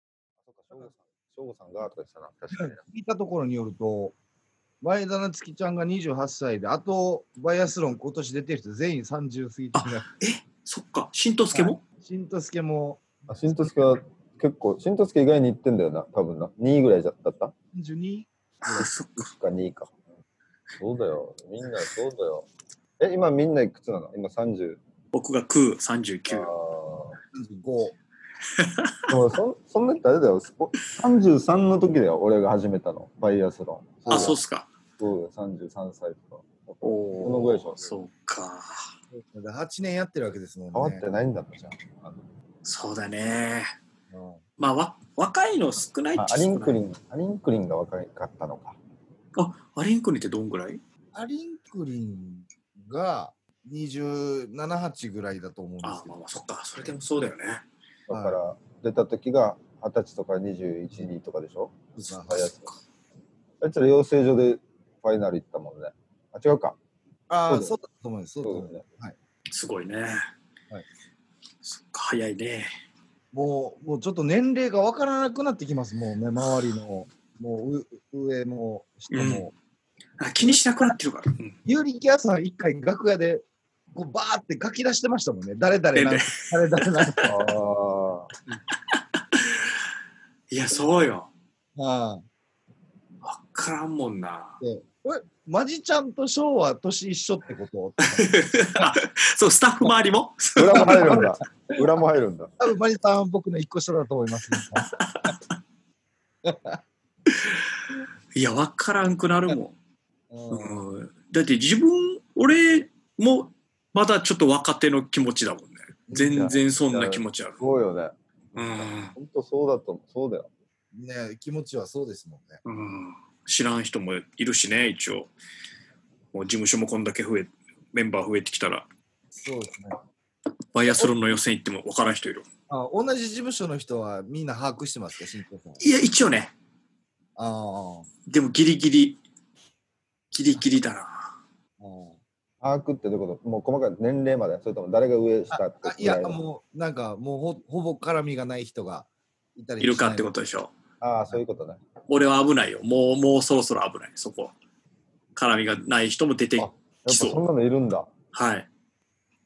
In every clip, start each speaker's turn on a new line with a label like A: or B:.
A: 省吾さん省吾さんがとか言ってたな、確かにな。
B: 聞いたところによると、前田夏樹ちゃんが28歳で、あとバイアスロン今年出てる人全員30過ぎてる。
C: そっか、新藤助も、
B: しんとすけも
A: あ、新十助は結構、新十助意外にいってんだよな、多分な。2位ぐらいじゃだった
B: 32、
C: ああ、そっか。
A: か2位か。そうだよ。みんなそうだよ。 え、今みんないくつなの今30。
C: 僕が空
A: あ
C: 39。
B: 35。
A: ーでもそんそんな人あれだよ。スポ33の時だよ、俺が始めたの。バイアスロン。
C: あ、そうっ
A: そ
C: すか。
A: うだよ、33歳とか。
C: おー
A: そのぐらいでしょ。
C: そうか。
B: だから8年やってるわけですもんね。
A: 変わってないんだもんじゃん。あの
C: そうだね。
B: うん
C: まあ、わ若いの少ないっ
A: あ
C: ち
A: ア
C: ゃ
A: リ
C: 少ない
A: ン クリン、アリンクリンが若かったのか。
C: あ、アリンクリンってどんぐらい
B: アリンクリンが27、8ぐらいだと思うんで
C: あ
B: す、け
C: まあ
B: ど
C: まあ、、そっか。それでもそうだよね。
A: だから、出た時が二十歳とか21、2とかでしょ
B: そう
A: バイア
C: そ
A: スロ
C: っ
A: ン
C: か。
A: あいつら養成所でファイナル行ったもんね。あ、違うか。
B: ああ、そ
A: そう
B: だと思います。そうだと
A: そう
B: 思
A: だ
B: い
A: よ
B: ま
A: ね。
C: すごいね。
B: はい
C: そっか、早いね。
B: すもう、もうちょっと年齢がわからなくなってきますもんね、周りの。もうう上も下も。
C: あ気にしなくなってるから。うん
B: 有力屋さん一回楽屋で、こうバーって書き出してましたもんね。誰々なんと
C: ね
B: か、誰々なんとか。
A: ああ。
C: いや、そうよ。
B: ああ
C: わからんもんな。
B: でこれマジちゃんと昭和年一緒ってこと
C: あそう、スタッフ周りも。
A: 裏も入る んだ。裏も入るんだ。
B: 多分マジさんは僕の一個下だと思い ます、ね。
C: いや、わからんくなるもん。
B: うん
C: うんだって自分、俺もまだちょっと若手の気持ちだもんね。全然そんな気持ちある。
A: そうよね。
C: うん
A: 本当そうだと思う。そうだよ。
B: ね気持ちはそうですもんね。
C: うん、知らん人もいるしね、一応。もう事務所もこんだけ増え、メンバー増えてきたら、
B: そうですね。
C: バイアスロンの予選行ってもわからん人いる。
B: あ同じ事務所の人はみんな把握してますか、新婚さん。
C: いや、一応ね、
B: あ
C: でもギリギリ、ギリギリだな。
B: ああ
A: 把握ってどういうこともう細かい年齢まで。それとも誰が上下って
B: あ。いや、もうなんかもうほほぼ絡みがない人がいたり。
C: いるかってこととでしょ。
A: ああ、そういうことね。
C: 俺は危ないよ。もう、もうそろそろ危ない、そこ。絡みがない人も出て、
A: あやっぱそんなのいるんだ。
C: はい。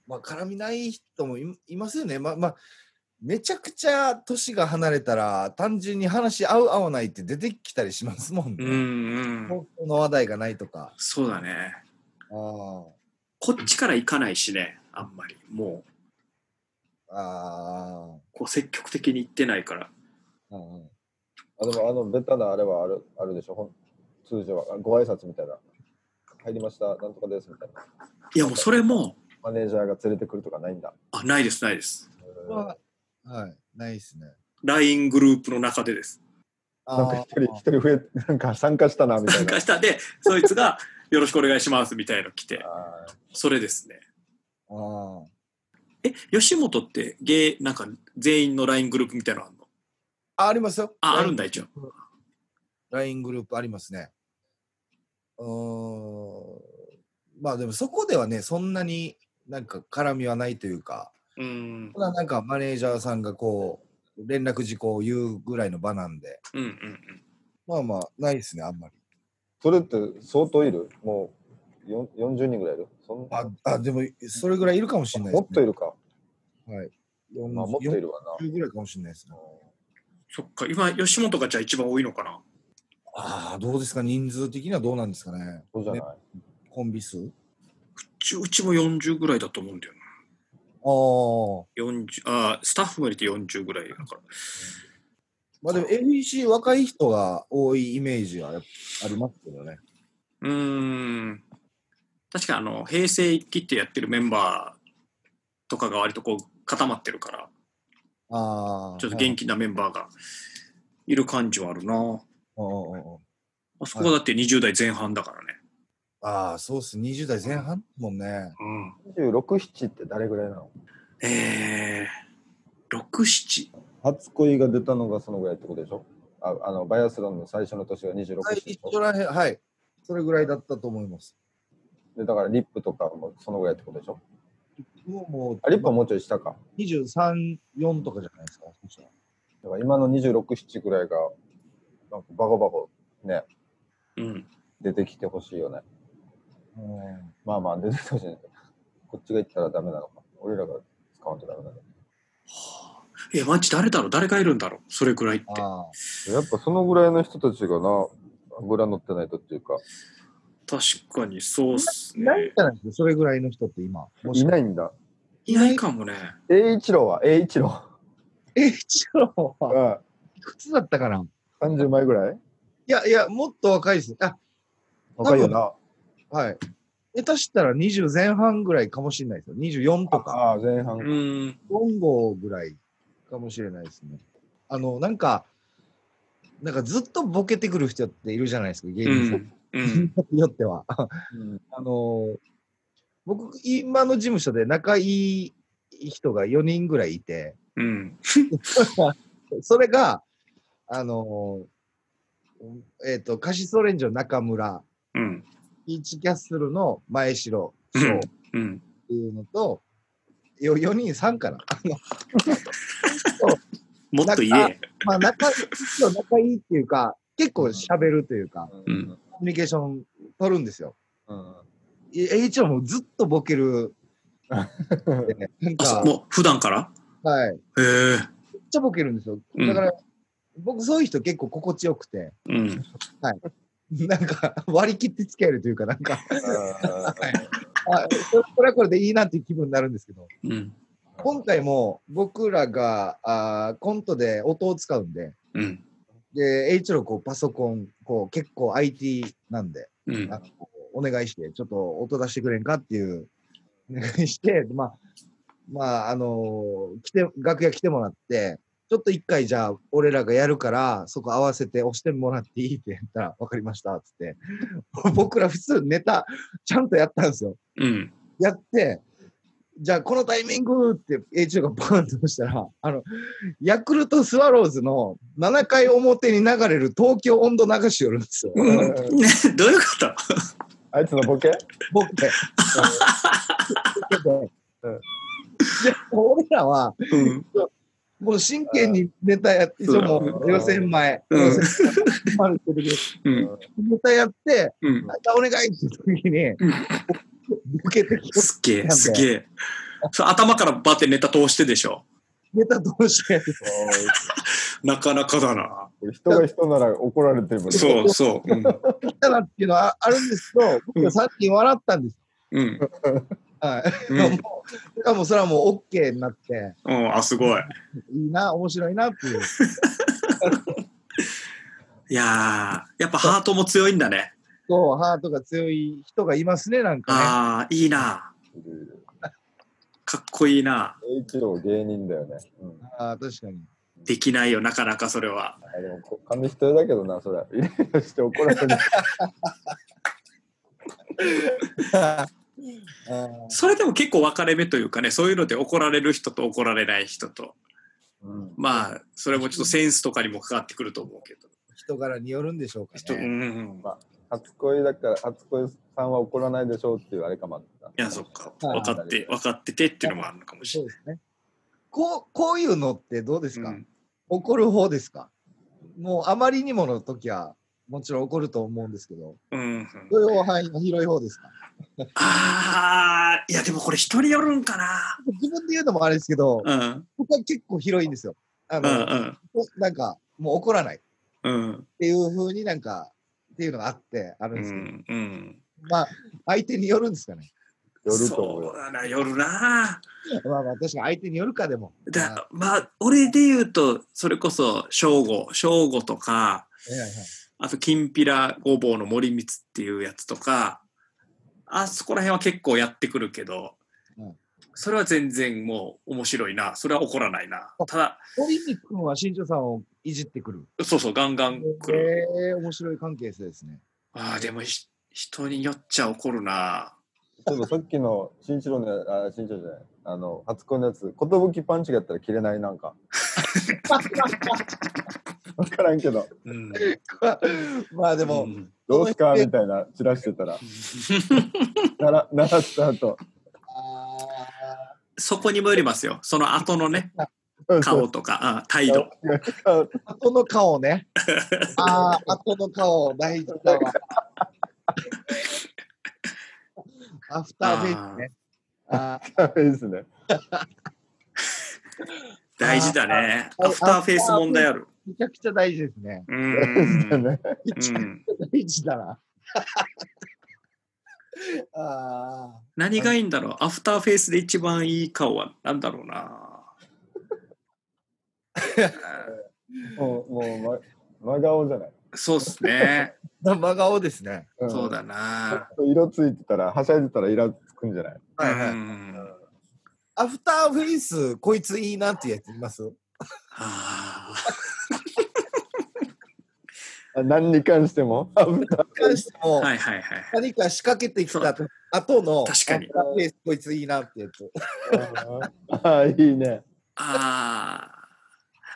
B: まあ、絡みない人もいいますよね。まあまあめちゃくちゃ年が離れたら単純に話し合う合わないって出てきたりしますもん
C: う
B: ね。
C: ん、うん。
B: この話題がないとか。
C: そうだね。
B: あ
C: こっちから行かないしね、あんまり。もう、
B: ああ
C: こう積極的に行ってないから。
B: あ。うんうん
A: あでも、あの、ベタなあれはあるあるでしょ。ほん通常は。あご挨拶みたいな。入りました。なんとかです。みたいな。
C: いや、もうそれも、
A: マネージャーが連れてくるとかないんだ。
C: あ、ないです、ないです。
B: これははい、ないですね。
C: LINE グループの中でです。
A: なんか一人、一人増え、なんか参加したな、みたい
C: 参
A: な
C: 加。したんで、そいつが、よろしくお願いします、みたいの来て。
A: あ
C: それですね。
B: あー
C: え、吉本って、芸、なんか、全員の LINE グループみたいなのあるの
B: あありますよ。
C: あ、あるんだ、一応。
B: LINE グループありますね。うーん。まあでもそこではね、そんなになんか絡みはないというか、
C: うん。
B: ただなんかマネージャーさんがこう、連絡事項を言うぐらいの場なんで、
C: うんうんうん。
B: まあまあ、ないですね、あんまり。
A: それって相当いるもうよん40人ぐらいいるそん
B: あ、あでも、それぐらいいるかもしれないで
A: も
B: す
A: っとい
B: る。
A: るか。
B: はい。
A: まあ、もっといるわな。
B: 40ぐらいかもしれないですね。
C: そっか、今、吉本がじゃあ一番多いのかな。
B: ああ、どうですか、人数的にはどうなんですかね。
A: そうじゃない。
B: ねコンビ数
C: ちうちも40ぐらいだと思うんだよな。
B: ああ。
C: 40あスタッフも入れて40ぐらいだから。
B: まあでも FEC 若い人が多いイメージはやっぱありますけどね。
C: うーん。確かあの、平成一期ってやってるメンバーとかが割とこう固まってるから、
B: ああ。
C: ちょっと元気なメンバーがいる感じはあるな。
B: はいうんうんうん
C: あそこはだって20代前半だからね。
B: ああ、そうっす。20代前半もんね。
C: うん。
A: 26、7って誰ぐらいなの
C: えー、6、7。
A: 初恋が出たのがそのぐらいってことでしょああのバイアスロンの最初の年が26、
B: はい、
A: 7
B: 一緒らへん、はい。それぐらいだったと思います。
A: で。だからリップとかもそのぐらいってことでしょ
B: もう、も
A: あリップは
B: う、
A: もうちょい下か。
B: 23、4とかじゃないですか。そしたら
A: だから今の26、7ぐらいが、なんかバコバコね、
C: うん。
A: 出てきてほしいよね。
B: うん
A: まあまあ、出てきてほしいね。こっちが行ったらダメなのか。俺らが使わんとダメなのか。
C: え、マジ誰だろう誰がいるんだろうそれくらいって。
B: あ
A: やっぱそのぐらいの人たちがな、油乗ってないとっていうか、
C: 確かにそうっす
B: ーいないん
C: ね
B: じ。ゃないですか、それぐらいの人って今。も
A: い
B: し
A: ないんだ。
C: いないかもね。
A: 栄一郎は、栄一郎。
B: え、一郎は、
A: うん。
B: いくつだったかない
A: 30前ぐらい
B: やいや、もっと若いです。あ、
A: 若いよな。
B: はい。下手したら20前半ぐらいかもしれないですよ。24とか、
A: ああ、前半
C: う。ーん。
B: 4号ぐらいかもしれないですね。あの、なんか、なんかずっとボケてくる人っているじゃないですか、芸
C: う
B: 人さん。
C: ん。うん。
B: によっては。 あの、僕、今の事務所で仲いい人が4人ぐらいいて、
C: うん。
B: それが、あの、えっ、と、カシソレンジの中村、
C: うん。
B: ピーチキャッスルの前城、
C: う
B: 翔
C: んうん。
B: っていうのと、よ4人3かな。あの
C: もっと言え。
B: まあ仲、一応仲いいっていうか、結構喋るというか、
A: うん。
B: コミュニケーション取るんですよ。
A: うん。
B: え一応もうずっとボケる。なん
C: あ、そ
B: か、
C: もう普段から
B: はい。
C: へえ。
B: めっちゃボケるんですよ。
C: うん
B: だから、僕そういう人結構心地よくて、
C: うん。
B: なんか割り切って付き合えるというか、なんか、
A: は
B: あそれこれはこれでいいなっていう気分になるんですけど、
C: うん。
B: 今回も僕らがあーコントで音を使うんで、
C: うん。
B: で、H ロこうパソコン、こう結構 IT なんで、
C: うん
B: あ。のお願いして、ちょっと音出してくれんかっていう、お願いして、まあ、まあ、あの来て、楽屋来てもらって、ちょっと一回じゃあ、俺らがやるから、そこ合わせて押してもらっていいって言ったら、わかりました、つって。僕ら普通ネタ、ちゃんとやったんですよ。
C: うん。
B: やって、じゃあこのタイミングって A 中がバーンと押したら、あの、ヤクルトスワローズの7回表に流れる東京温度流しよるんですよ。
C: うんね どういうこと
A: あいつのボケ
B: ボケ。ボケ
A: うん
B: で俺らは、
C: うん。
B: もう真剣にネタやって、一応もう予選前、
C: うん
B: 予選前、まるって時
C: うん。
B: にネタやって、
C: うん。
B: あお願いって時に、ボケてきて、
C: すっげえ、すっげえ。そう頭からバってネタ通してでしょ。
B: ネタどうして、
C: なかなかだな。
A: 人が人なら怒られてるもんね
C: そうそう。うん。
B: 来たなっていうのはあるんですけど、僕はさっき笑ったんです。
C: うん。
B: はい。
C: うん
B: もう、だからもうそれはもう OK になって、
C: うん。あ、すごい。
B: いいな、面白いなっていう。
C: いやー、やっぱハートも強いんだね。
B: そう、ハートが強い人がいますね、なんかね。
C: あー、いいな。かっこいいな。
A: 栄一郎芸人だよね。うん。
B: ああー、確かに。
C: できないよ、なかなかそれは。
A: あでもこ、紙一重だけどな、それ。イライラして怒られる。
B: あー
C: それでも結構分かれ目というかね、そういうので怒られる人と怒られない人と。
A: うん。
C: まあ、それもちょっとセンスとかにも関わってくると思うけど。
B: 人柄によるんでしょう
C: 人
B: か
C: うん
B: ね。
C: うん。
A: 初恋だから、初恋さんは怒らないでしょうっていうあれかもあった。
C: いや、そっか。分かって、分かっててっていうのもあるのかもし
B: そ
C: れ
B: うですね。こう、こういうのってどうですか、
C: ない。うん
B: 怒る方ですかもうあまりにもの時は、もちろん怒ると思うんですけど、
C: うんうん。
B: 許容範囲の広い方ですか
C: ああ、いや、でもこれ人によるんかな。
B: 自分で言うのもあれですけど、
C: うん、
B: 僕は結構広いんですよ。あ
C: う
B: の、
C: ん、
B: なんか、もう怒らない。
C: うん、
B: っていうふうになんか、っていうのがあって、ある
C: うん
B: ですけど、
C: ん、うん。
B: まあ、相手によるんですかね。
A: よると思う
C: そ
A: よ。
C: うだな、夜な。
B: まあまあ、確かに相手によるかでも。あ
C: だまあ、俺で言うと、それこそ、正午、正午とか、
B: はいはい
C: あと、きんぴらごぼうの森光っていうやつとか、あそこら辺は結構やってくるけど
B: うん、
C: それは全然もう面白いな。それは怒らないな。ただ、
B: 堀光君は新庄さんをいじってくる。
C: そうそう、ガンガン来る。
B: ええ面白い関係性ですね。
C: ああ、でもひ、人によっちゃ怒るな。
A: 例えばさっきの新一郎のや、あ、新一郎じゃない、あの、初恋のやつ、寿パンチがやったら切れない、なんか。わからんけど、
C: うん。
B: まあでも、
C: うん
A: どうすかみたいな、散らしてたら、なら、ならした後。
B: あ
C: そこにもよりますよ。その後のね、顔とか、あ態度。
A: 顔
B: 後の顔 ね。ああ、後の顔、大事だわ。アフターフェイスね。あー
A: ダメですね。
C: 大事だね。
B: あー
C: アフターフェイス問題ある。
B: めちゃくちゃ大事ですね。
C: う
A: です
C: ん。
A: ね
C: うん
B: 大事だな。 あ
C: 何がいいんだろうアフターフェイスで一番いい顔は何だろう な。
A: もう、もう、ま、真顔じゃない。
C: そうっすね。
B: あ、生顔ですね。
A: ん
C: そう。だな。
A: 色ついてたら、はしゃいでたら、イラつくんじゃない。
B: はいはい。
C: うん
B: アフターフェイス、こいついいなっていうやついます
C: あ
A: あ何に関しても。あ
B: 関しても、
C: ーはいはいはい。
B: 何か仕掛けてきた後の、
C: 確かに
B: アフターフェイス、こいついいなってやつ。
A: あ、いいね。
C: あ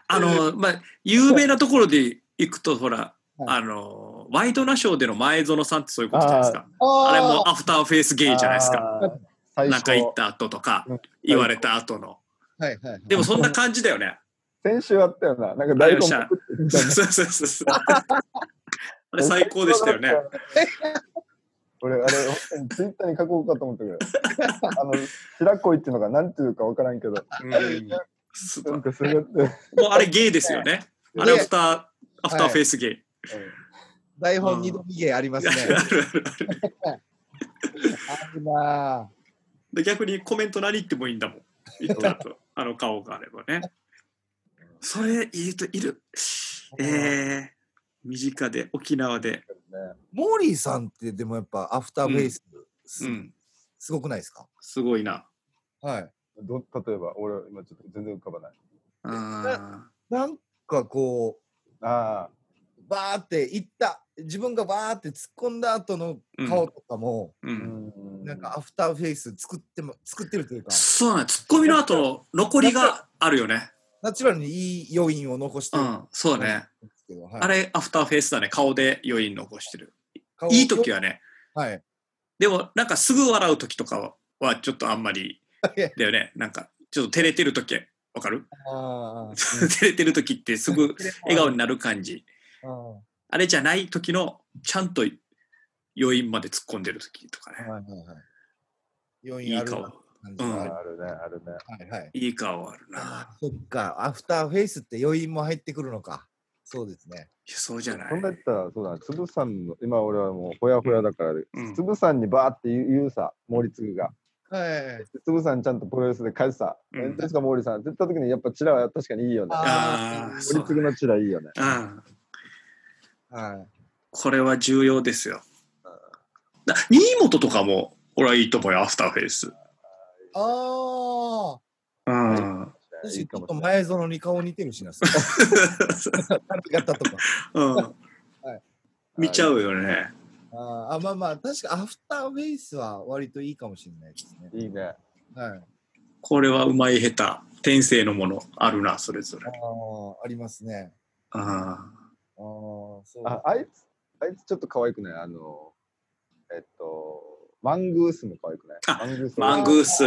C: あ。あの、まあ、有名なところで行くと、ほら、
B: はい
C: あの、ワイドナショーでの前園さんってそういうことじゃないですか。あ
B: あ
C: れもアフターフェイスゲイじゃないですか。
A: あー。最
C: 中行っ
A: 初。
C: た後とか
A: うん、
C: 言われた後の。
B: はいはいはい。
C: でもそんな感じだよね。
A: 先週あったよな。なんか大根
C: あ
A: 食ってみた
C: そ
A: いうな。
C: そうそうそう。あれ最高でしたよね。。
A: 俺、あれ、ツイッターに書こうかと思ったけど。 あの、白子いっていうのが、なんていうかわからんけど。
C: うんす
A: な
C: も
A: んか、それ って。
C: うあれゲイですよね。あれアフター、アフターフェイスゲ イ。
B: 台本二度逃げありますね。
C: あるあるある
B: あるな
C: で逆にコメント何言ってもいいんだもん。言った後、 あの顔があればね。それ言うといる。えー、身近で沖縄で。
B: モーリーさんってでもやっぱアフターフェイス、す
C: うん、
B: すごくないですか
C: すごいな。
B: はい。
A: ど例えば、俺、今ちょっと全然浮かばない。
C: あ
B: なんかこ
A: あ
B: う、バーって行った、自分がバーって突っ込んだ後の顔とかも、
C: ーう。
A: あ。うんん
B: なんか、アフターフェイス作っても、作ってるというか、
C: そうなんツッコミの後の残りがあるよね。
B: ナチュラルにいい余韻を残して
C: う
B: るん
C: ん、そうだね。
B: ですけど、はい
C: あれ、アフターフェイスだね。顔で余韻残してる。
B: 顔
C: いい時はね。
B: はい。
C: でも、なんかすぐ笑う時とかは、ちょっとあんまり、だよね。なんか、ちょっと照れてる時わかる
B: あ
C: 照れてる時ってすぐ笑顔になる感じ。
B: あ、は
C: あれじゃない時の、ちゃんと余韻まで突っ込んでる時とか
B: い
C: ね。
B: はいはい。余
C: い
B: 韻あ
C: い
B: るな
C: 顔
B: って。感じがある。
A: あるね、あるね。
B: はいはい。
C: いい顔あるな。
B: そっか、アフターフェイスって余韻も入ってくるのか。そうですね。
C: いやそうじゃない
A: そん。なやったら、そうだな、つぶさんの、今俺はもう、ほやほやだからで、
C: うん
A: つぶさんにバーって言う言うさ、森次が。
B: はい。
A: つぶさんちゃんとプロレスで返すさ、
C: うん
A: 何ですか、森さんって言った時に、やっぱチラは確かにいいよね。
C: ああ、そ
A: 森次
C: うだね。
A: のチラいいよね。
C: うん。
B: はい。
C: これは重要ですよ。だ新本とかも、俺はいいと思うよ、アフターフェイス。
B: ああ、
C: うん。
A: い
B: 私
A: い
B: ち
A: か
B: ょ
A: も
B: っと
A: しれない。
B: 前園に顔似てるしな。髪型とか。
C: うん見ちゃうよね。
B: あーあ、まあまあ、確かアフターフェイスは割といいかもしれないですね。
A: いいね。
B: はい。
C: これはうまい下手、天性のものあるな、それぞ
B: あ
C: れ。
B: あ、ありますね。
C: あ
B: ああ、そう。
A: ああいつ、あいつちょっと可愛くないあの、えっと、マングースも可愛くない
C: あ
A: マングース
C: ーマングース。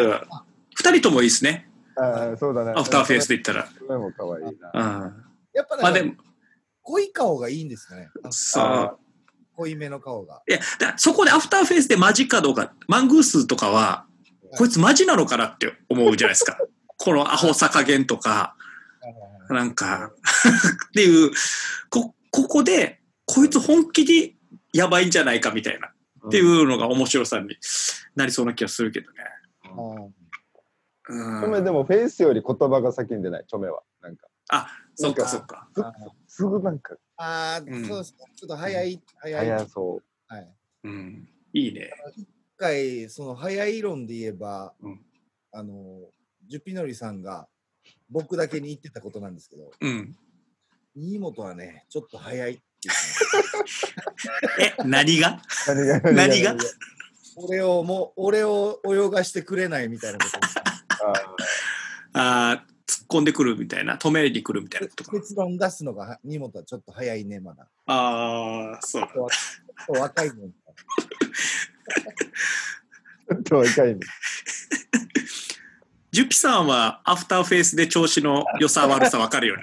C: 二人ともいいですね。
A: ああそうだね。
C: アフターフェイスで言ったら。
A: それも可愛いな。
C: うん。
B: やっぱ
C: ま
B: な
C: あで
B: んか
C: も、
B: 濃い顔がいいんですかね。あ
C: そう。
B: 濃いめの顔が。
C: いや、だそこでアフターフェイスでマジかどうか、マングースとかは、こいつマジなのかなって思うじゃないですか。このアホさ加減とか、
B: はいはいはい
C: なんか、っていう、こ、ここで、こいつ本気でやばいんじゃないかみたいな。
A: っ
C: ってい。うのが面白さになりそうな気がするけどね。
B: あー
A: チョメ
C: うん、
A: でもフェイスより言葉が先に出ない、チョメは。なんか、
C: あそっ
A: な
C: か
A: んか
C: そっか。
B: あー
A: すぐなんか、
B: あー、
C: うん
B: そうですね。ちょっと早い、早い。
A: 早そう。
B: はい。
C: うん、いいね。
B: 一回その早い論で言えば、
C: うん
B: あのジュピノリさんが僕だけに言ってたことなんですけど
C: うん、
B: 新本はねちょっと早いって言
C: え何が
A: 何が
C: 何が
B: って俺をもう俺を泳がしてくれないみたいなこと
A: あ
C: あー突っ込んでくるみたいな止めに来るみたいなことか。
B: 結論出すのが新本はちょっと早いねまだ
C: ああそう
B: ちょっと若いねみたい
A: ーちょっと若いね。
C: ジュピさんはアフターフェイスで調子の良さ悪さ分か るよね。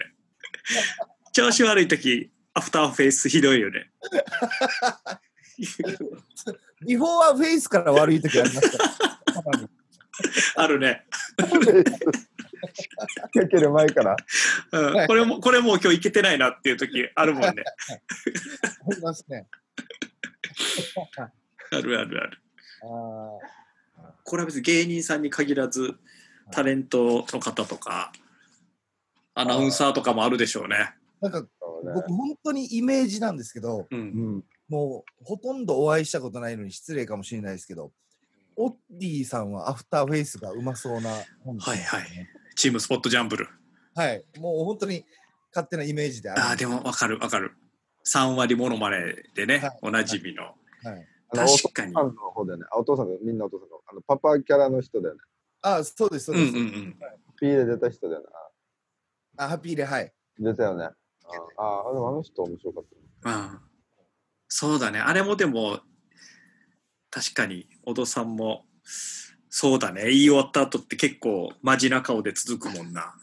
C: 調子悪い時アフターフェイスひどい よね。
B: ビフォーはフェイスから悪い時ありますから。
C: あるね、
A: かける前から。
C: うん。これも、これもう今日いけてないなっていう時あるもん
B: あ
C: ね。
B: りますね。
C: あるあるある。
B: あー
C: これは別に芸人さんに限らず、タレントの方とか、アナウンサーとかもあるでしょうね。
B: なんか
A: そうね
B: 僕本当にイメージなんですけど、
C: うん。
A: うん。
B: もうほとんどお会いしたことないのに失礼かもしれないですけど、オッディさんはアフターフェイスがうまそうな本ですよね、
C: はいチームスポットジャンブル。
B: はい。もう本当に勝手なイメージで
C: あ
B: あ
C: あ、
B: る。
C: でも分かる分かる。3割モノマネでね、
B: はい
C: おなじみの。
B: はい、
A: あのお父
C: 確かに
A: さんの方だよね。あお父さんがみんなお父さんのあのパパキャラの人だよね。
B: あそうです、そううんで
C: うん
B: す。
C: うん。
A: ピーで出た人だよね。
B: あハッピーで、はい。
A: あ出たよね。ああ、でもあの人面白かったね。
C: うん、そうだねあれもでも確かに小戸さんもそうだね言い終わった後って結構マジな顔で続くもんな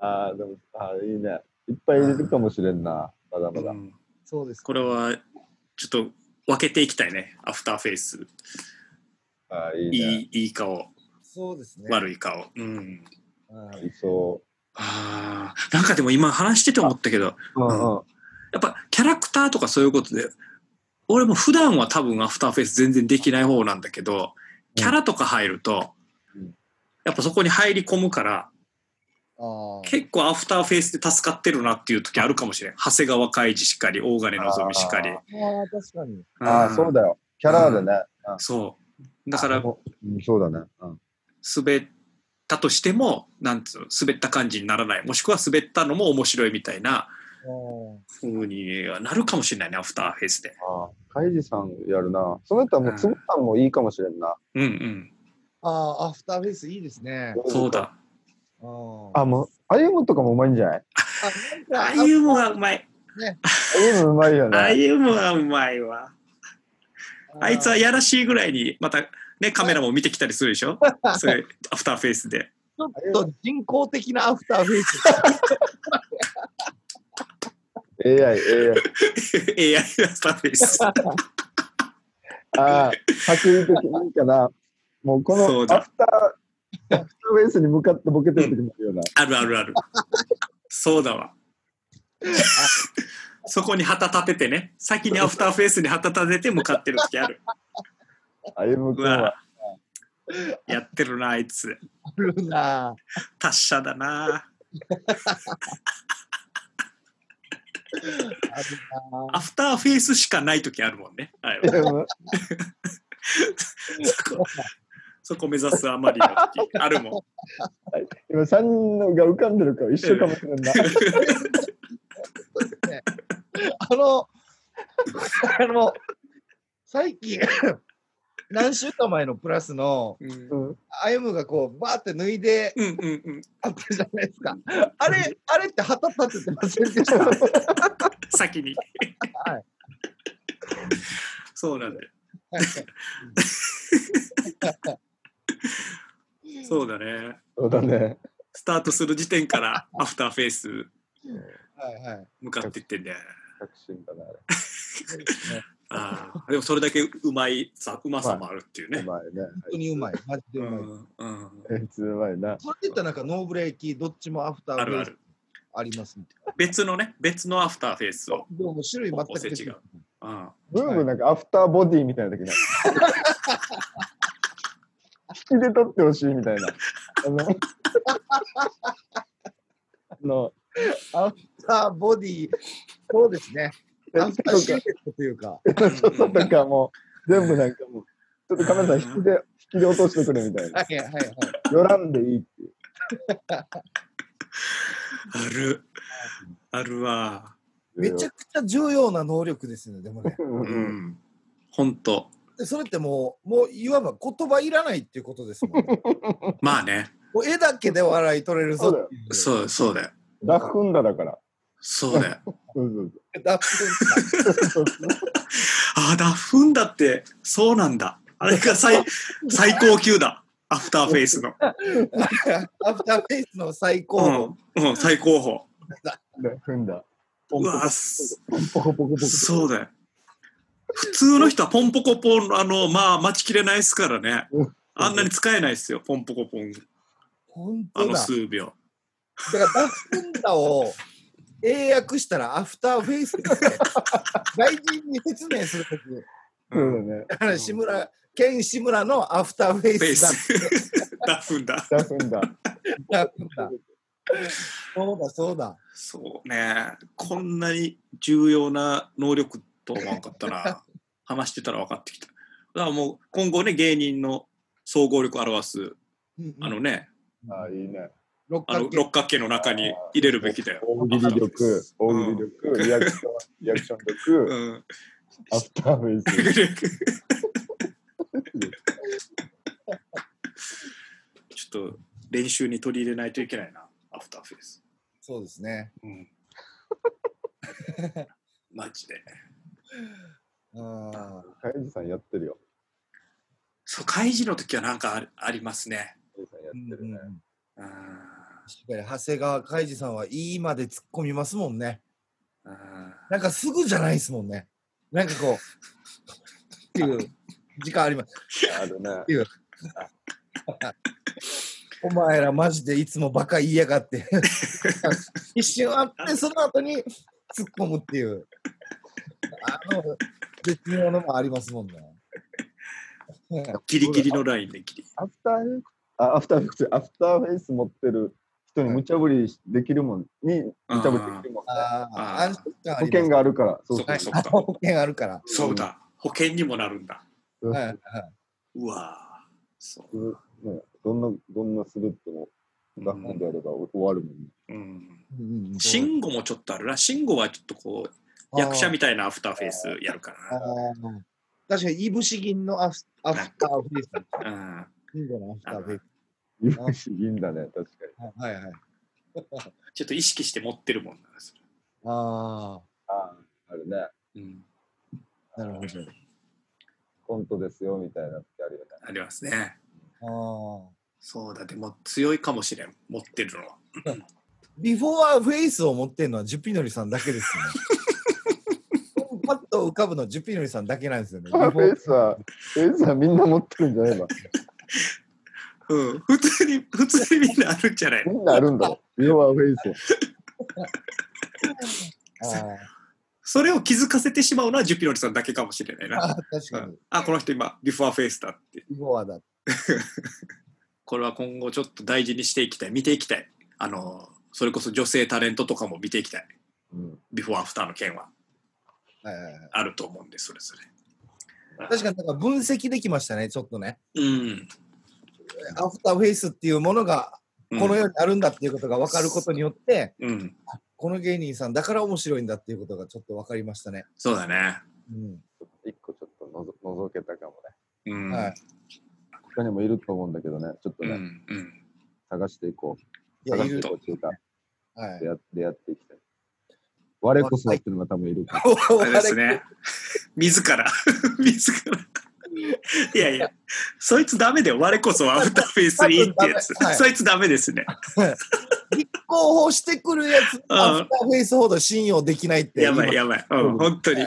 A: ああ、でも、ああ、いいね。いっぱい入れるかもしれんな。まだまだ。
C: うん
B: そうです。
C: これはちょっと分けていきたいねアフターフェイス
A: ああ、いい
C: い
A: ね。
C: いいい顔
B: そうですね。
C: 悪い顔うん
B: うん
A: いそ
C: あーなんかでも今話してて思ったけど
A: う。うんうん。
C: やっぱキャラクターとかそういうことで俺も普段は多分アフターフェイス全然できない方なんだけどキャラとか入ると、
A: うん
C: やっぱそこに入り込むから
B: あー
C: 結構アフターフェイスで助かってるなっていう時あるかもしれん長谷川海二しかり大金望みしかり
A: あ
B: あー、確かに。
A: ああ、そうだよ。キャラでね。
C: うんそうだから
A: うん、そうだね。うん。
C: 滑ったとしてもなんつうの滑った感じにならないもしくは滑ったのも面白いみたいな
B: うん
C: 風にはなるかもしれないねアフターフェイスで
A: ああ、カイジさんやるな。そのやったらもう、つぶさんもいいかもしれんな。
C: うんうん
B: あーアフターフェイスいいですね。
C: そう。だ
B: あ
A: あ、
B: ー
A: もう、あゆむとかもうまいんじゃない
B: あ
C: ああいうのがうまい
A: あゆむうまいよ
C: ああ
A: ね。
C: いうのがうまいわあいつはやらしいぐらいにまたねカメラも見てきたりするで しょそういうアフターフェイスで
B: ちょっと人工的なアフターフェイス。
A: AI、AI。
C: AI アフターフェイス
A: ああ、作為的なんかな。もうこの
C: そうだ
A: アフター、アフターウェイスに向かってボケてる時もあるよな。
C: あるあるある。そうだわ。 そこに旗立ててね、先にアフターフェイスに旗立てて向かってる時あ る。
A: あゆむく
C: うん
A: は
C: わ。やってるな、あいつ。
B: あるな。
C: 達者だな。
B: あるな
C: アフターフェイスしかない時あるもんね。あれ
A: あゆ
C: は
A: む
C: そこそこ目指すあまりの時あるもん。
A: 今、3人が浮かんでるから一緒かもしれん な。
B: あの、あの、最近、何週間前のプラスの、
C: うん
A: う、ん、
B: 歩がこう、バーって脱いで
C: うん、うん。
B: あったじゃないですか。あれ、あれって旗立ててませんでした。
C: 先に
B: はい。
C: そうなんだよ。そうだね。
A: そうだね。
C: スタートする時点からアフターフェイス
B: はいはい。
C: 向かっていってんだよね。
A: 確信だな、あれ。
C: ああでもそれだけうまいさ、うまさもあるっていう
A: う
C: ね。
A: まいね。
B: 本当にうまい。マジで
C: う
B: うまい。
C: んうん
A: あいつうまいな。
B: それで言ったらなんかノーブレーキ、どっちもアフター
C: あ
B: フ
C: る
B: ェ
C: あ
B: イス
C: る。
B: ありますね。
C: 別のね、別のアフターフェイスを。
B: でも種類全く
C: おせちがうん
A: ブームなんかアフターボディみたいな時ない。引きで撮ってほしいみたいな。あの、 あの
B: さあ、ボディ、そうです ね。アフターシルエットというか。
A: ちょっとなんかもう、全部なんかもう、ちょっとカメラさん引きで、引きで落としてくれみ たいな。
B: はいはいはい。
A: 寄らんでいいっていう。
C: ある。あるわ。
B: めちゃくちゃ重要な能力ですよね、でもね。
A: う
C: うんん。ほんと。
B: でそれってもう、もういわば言葉いらないっていうことですもん、ね。
C: まあね、
B: もう絵だけで笑い取れるぞっていう。
C: そう、そうだよ。
A: ラフンダだから。
C: そうだよ。
A: そうそう
B: だって
A: そう
C: ああ、ダッフンだって、そうなんだ。あれが最最高級だ。アフターフェイスの。
B: アフターフェイスの最高峰。
C: うん、うん、最高峰。
A: で踏んだ。
B: ポン
C: う
B: ポ
C: わ
B: コ
C: す
B: ポコポコポコ。
C: そうだよ。普通の人はポンポコポン、あの、まあ、待ちきれないですからね
A: う。
C: あんなに使えないですよ、ポンポコポン。
B: 本
C: あ
B: 当
C: の
B: だ。
C: 数秒。
B: だから、ダフンダを英訳したらアフターフェイス ですよ。外人に説明するとき、
A: そうだね。
B: あの志村、ケン志村のアフターフェイ
C: フェイ
B: スだっ
C: ス。ダフンだ。
A: じゃあ踏んだ。
B: たんだ。そうだ、そうだ。
C: そうね。こんなに重要な能力とは思わんかった な。話してたら分かってきた。だからもう今後ね、芸人の総合力を表す、
B: うんうん
C: あのね、
A: ああ、いいね。
B: 六
C: あの
B: 角形
C: 六角形の中に入れるべきだよ。
A: 大喜利力、大喜利力、リアクション、リアクション
C: う
A: 力、
C: ん。
A: アフターフェイス。
C: ちょっと練習に取り入れないといけないな、アフターフェイス。
B: そうですね。
C: うん。 マジで。
B: うん。
A: カイジさんやってるよ。
C: そう、開示の時はなんかありありますね。
A: カイジさんや
B: う
A: っ
B: ん
A: てるね。
B: うん
C: うん。
B: 確かに長谷川海二さんは「いい」まで突っ込みますもんね。
C: うん
B: なんかすぐじゃないですもんね。なんかこう、っていう時間あります。
A: あるね。
B: お前らマジでいつもバカ言いやがって。 一瞬あって、その後に突っ込むっていう。あの、絶妙のもありますもんね。
C: ギリギリのラインでギリ。
A: アフターフェイスあ、アフターフェイス、アフターフェイス持ってる人に無茶ぶりできるもんに、無茶ぶりできるもんね。
B: ああ、安心感あ
A: 保
B: りま
A: 険
B: す。
A: があるから。そ
C: そうっか
A: そ
C: そうっか。
B: 保険あるから。
C: そうだ。保険にもなるんだ。
A: そう
B: はいはい。
C: うわぁ。そう。
A: うんねどんな、どんな滑っても、ダフンであれば終わるもんね。
C: うん。
B: うんうん
C: 慎吾もちょっとあるな。慎吾はちょっとこう、役者みたいなアフターフェイスやるか
B: あー確かに、いぶし銀のアフアフターフェイス。
C: らな。うん。
B: 銀のアフターフェイス。
A: いぶし銀だね、確かに。
B: はいはい。
C: ちょっと意識して持ってるもんなんです。
B: あ
A: ああ、あるね。
C: うん。
B: あ、なるほど。
A: コントですよ、みたいな時あるよね。
C: ありますね。
B: ああ。
C: そうだ。でも強いかもしれん。持ってるのは。
B: ビフォーアフェイスを持ってるのはジュピノリさんだけですね。 パッと浮かぶのはジュピノリさんだけなんですよね。
A: フ
B: ビフォ
A: ェイ
B: ー
A: スは、フェイスはみんな持ってるんじゃない の
C: うん。普通に、普通にみんなあるんじゃない
A: みんなあるんだろ。ビフォーフェイスは。
B: あ
C: それを気づかせてしまうのはジュピノリさんだけかもしれない
B: ー
C: な。
B: あー、確
C: う
B: かに
C: ん。あ、この人今、ビフォーフェイスだって。
B: ビフォーだ。
C: これは今後ちょっと大事にしていきたい見ていきたいあのそれこそ女性タレントとかも見ていきたい
A: うん。
C: ビフォーアフターの件は
B: はいはいはい
C: あると思うんでそれぞれ
B: 確かになんか分析できましたね、ちょっとね。
C: うん
B: アフターフェイスっていうものが
C: うん
B: この世にあるんだっていうことが分かることによって、
C: うん
B: この芸人さんだから面白いんだっていうことがちょっと分かりましたね。
C: そうだね
B: うん。
A: 一個ちょっとのぞ覗けたかもね。
C: うん、
B: はい。
A: 他にもいると思うんだけどね、ちょっと
C: う
A: ね、
C: んうん
A: 探していこう。
B: いや、
A: 探
B: い
A: して
B: る
A: い。こうっていうか、
B: はい
A: 出。会出会っていきたい。我こそはっていうのが多分い るから。
C: あれですね自ら 自らいやいやそいつダメだよ我こそアフターフェイスにいいってやつ、
B: 多分ダメはい
C: そいつダメですね
B: 立候補してくるやつ、アフターフェイスほど信用できないって。
C: やばいやばい、うん、本当に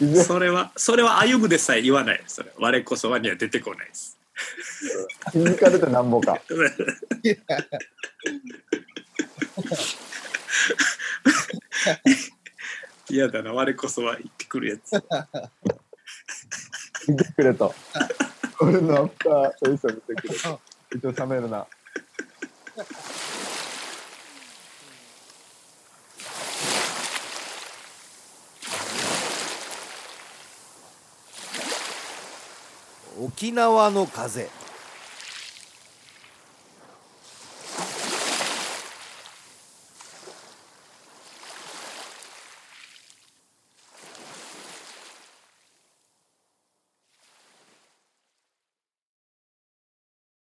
A: 自然
C: それはそれは歩むでさえ言わないそれ我こそはには出てこない です
A: 気づかれてなんぼ か。
C: 嫌だな我こそは言ってくるやつ
A: 見てくれと。俺のアフターフェイスを見てくれと。一応冷めるな。
B: 沖縄の風。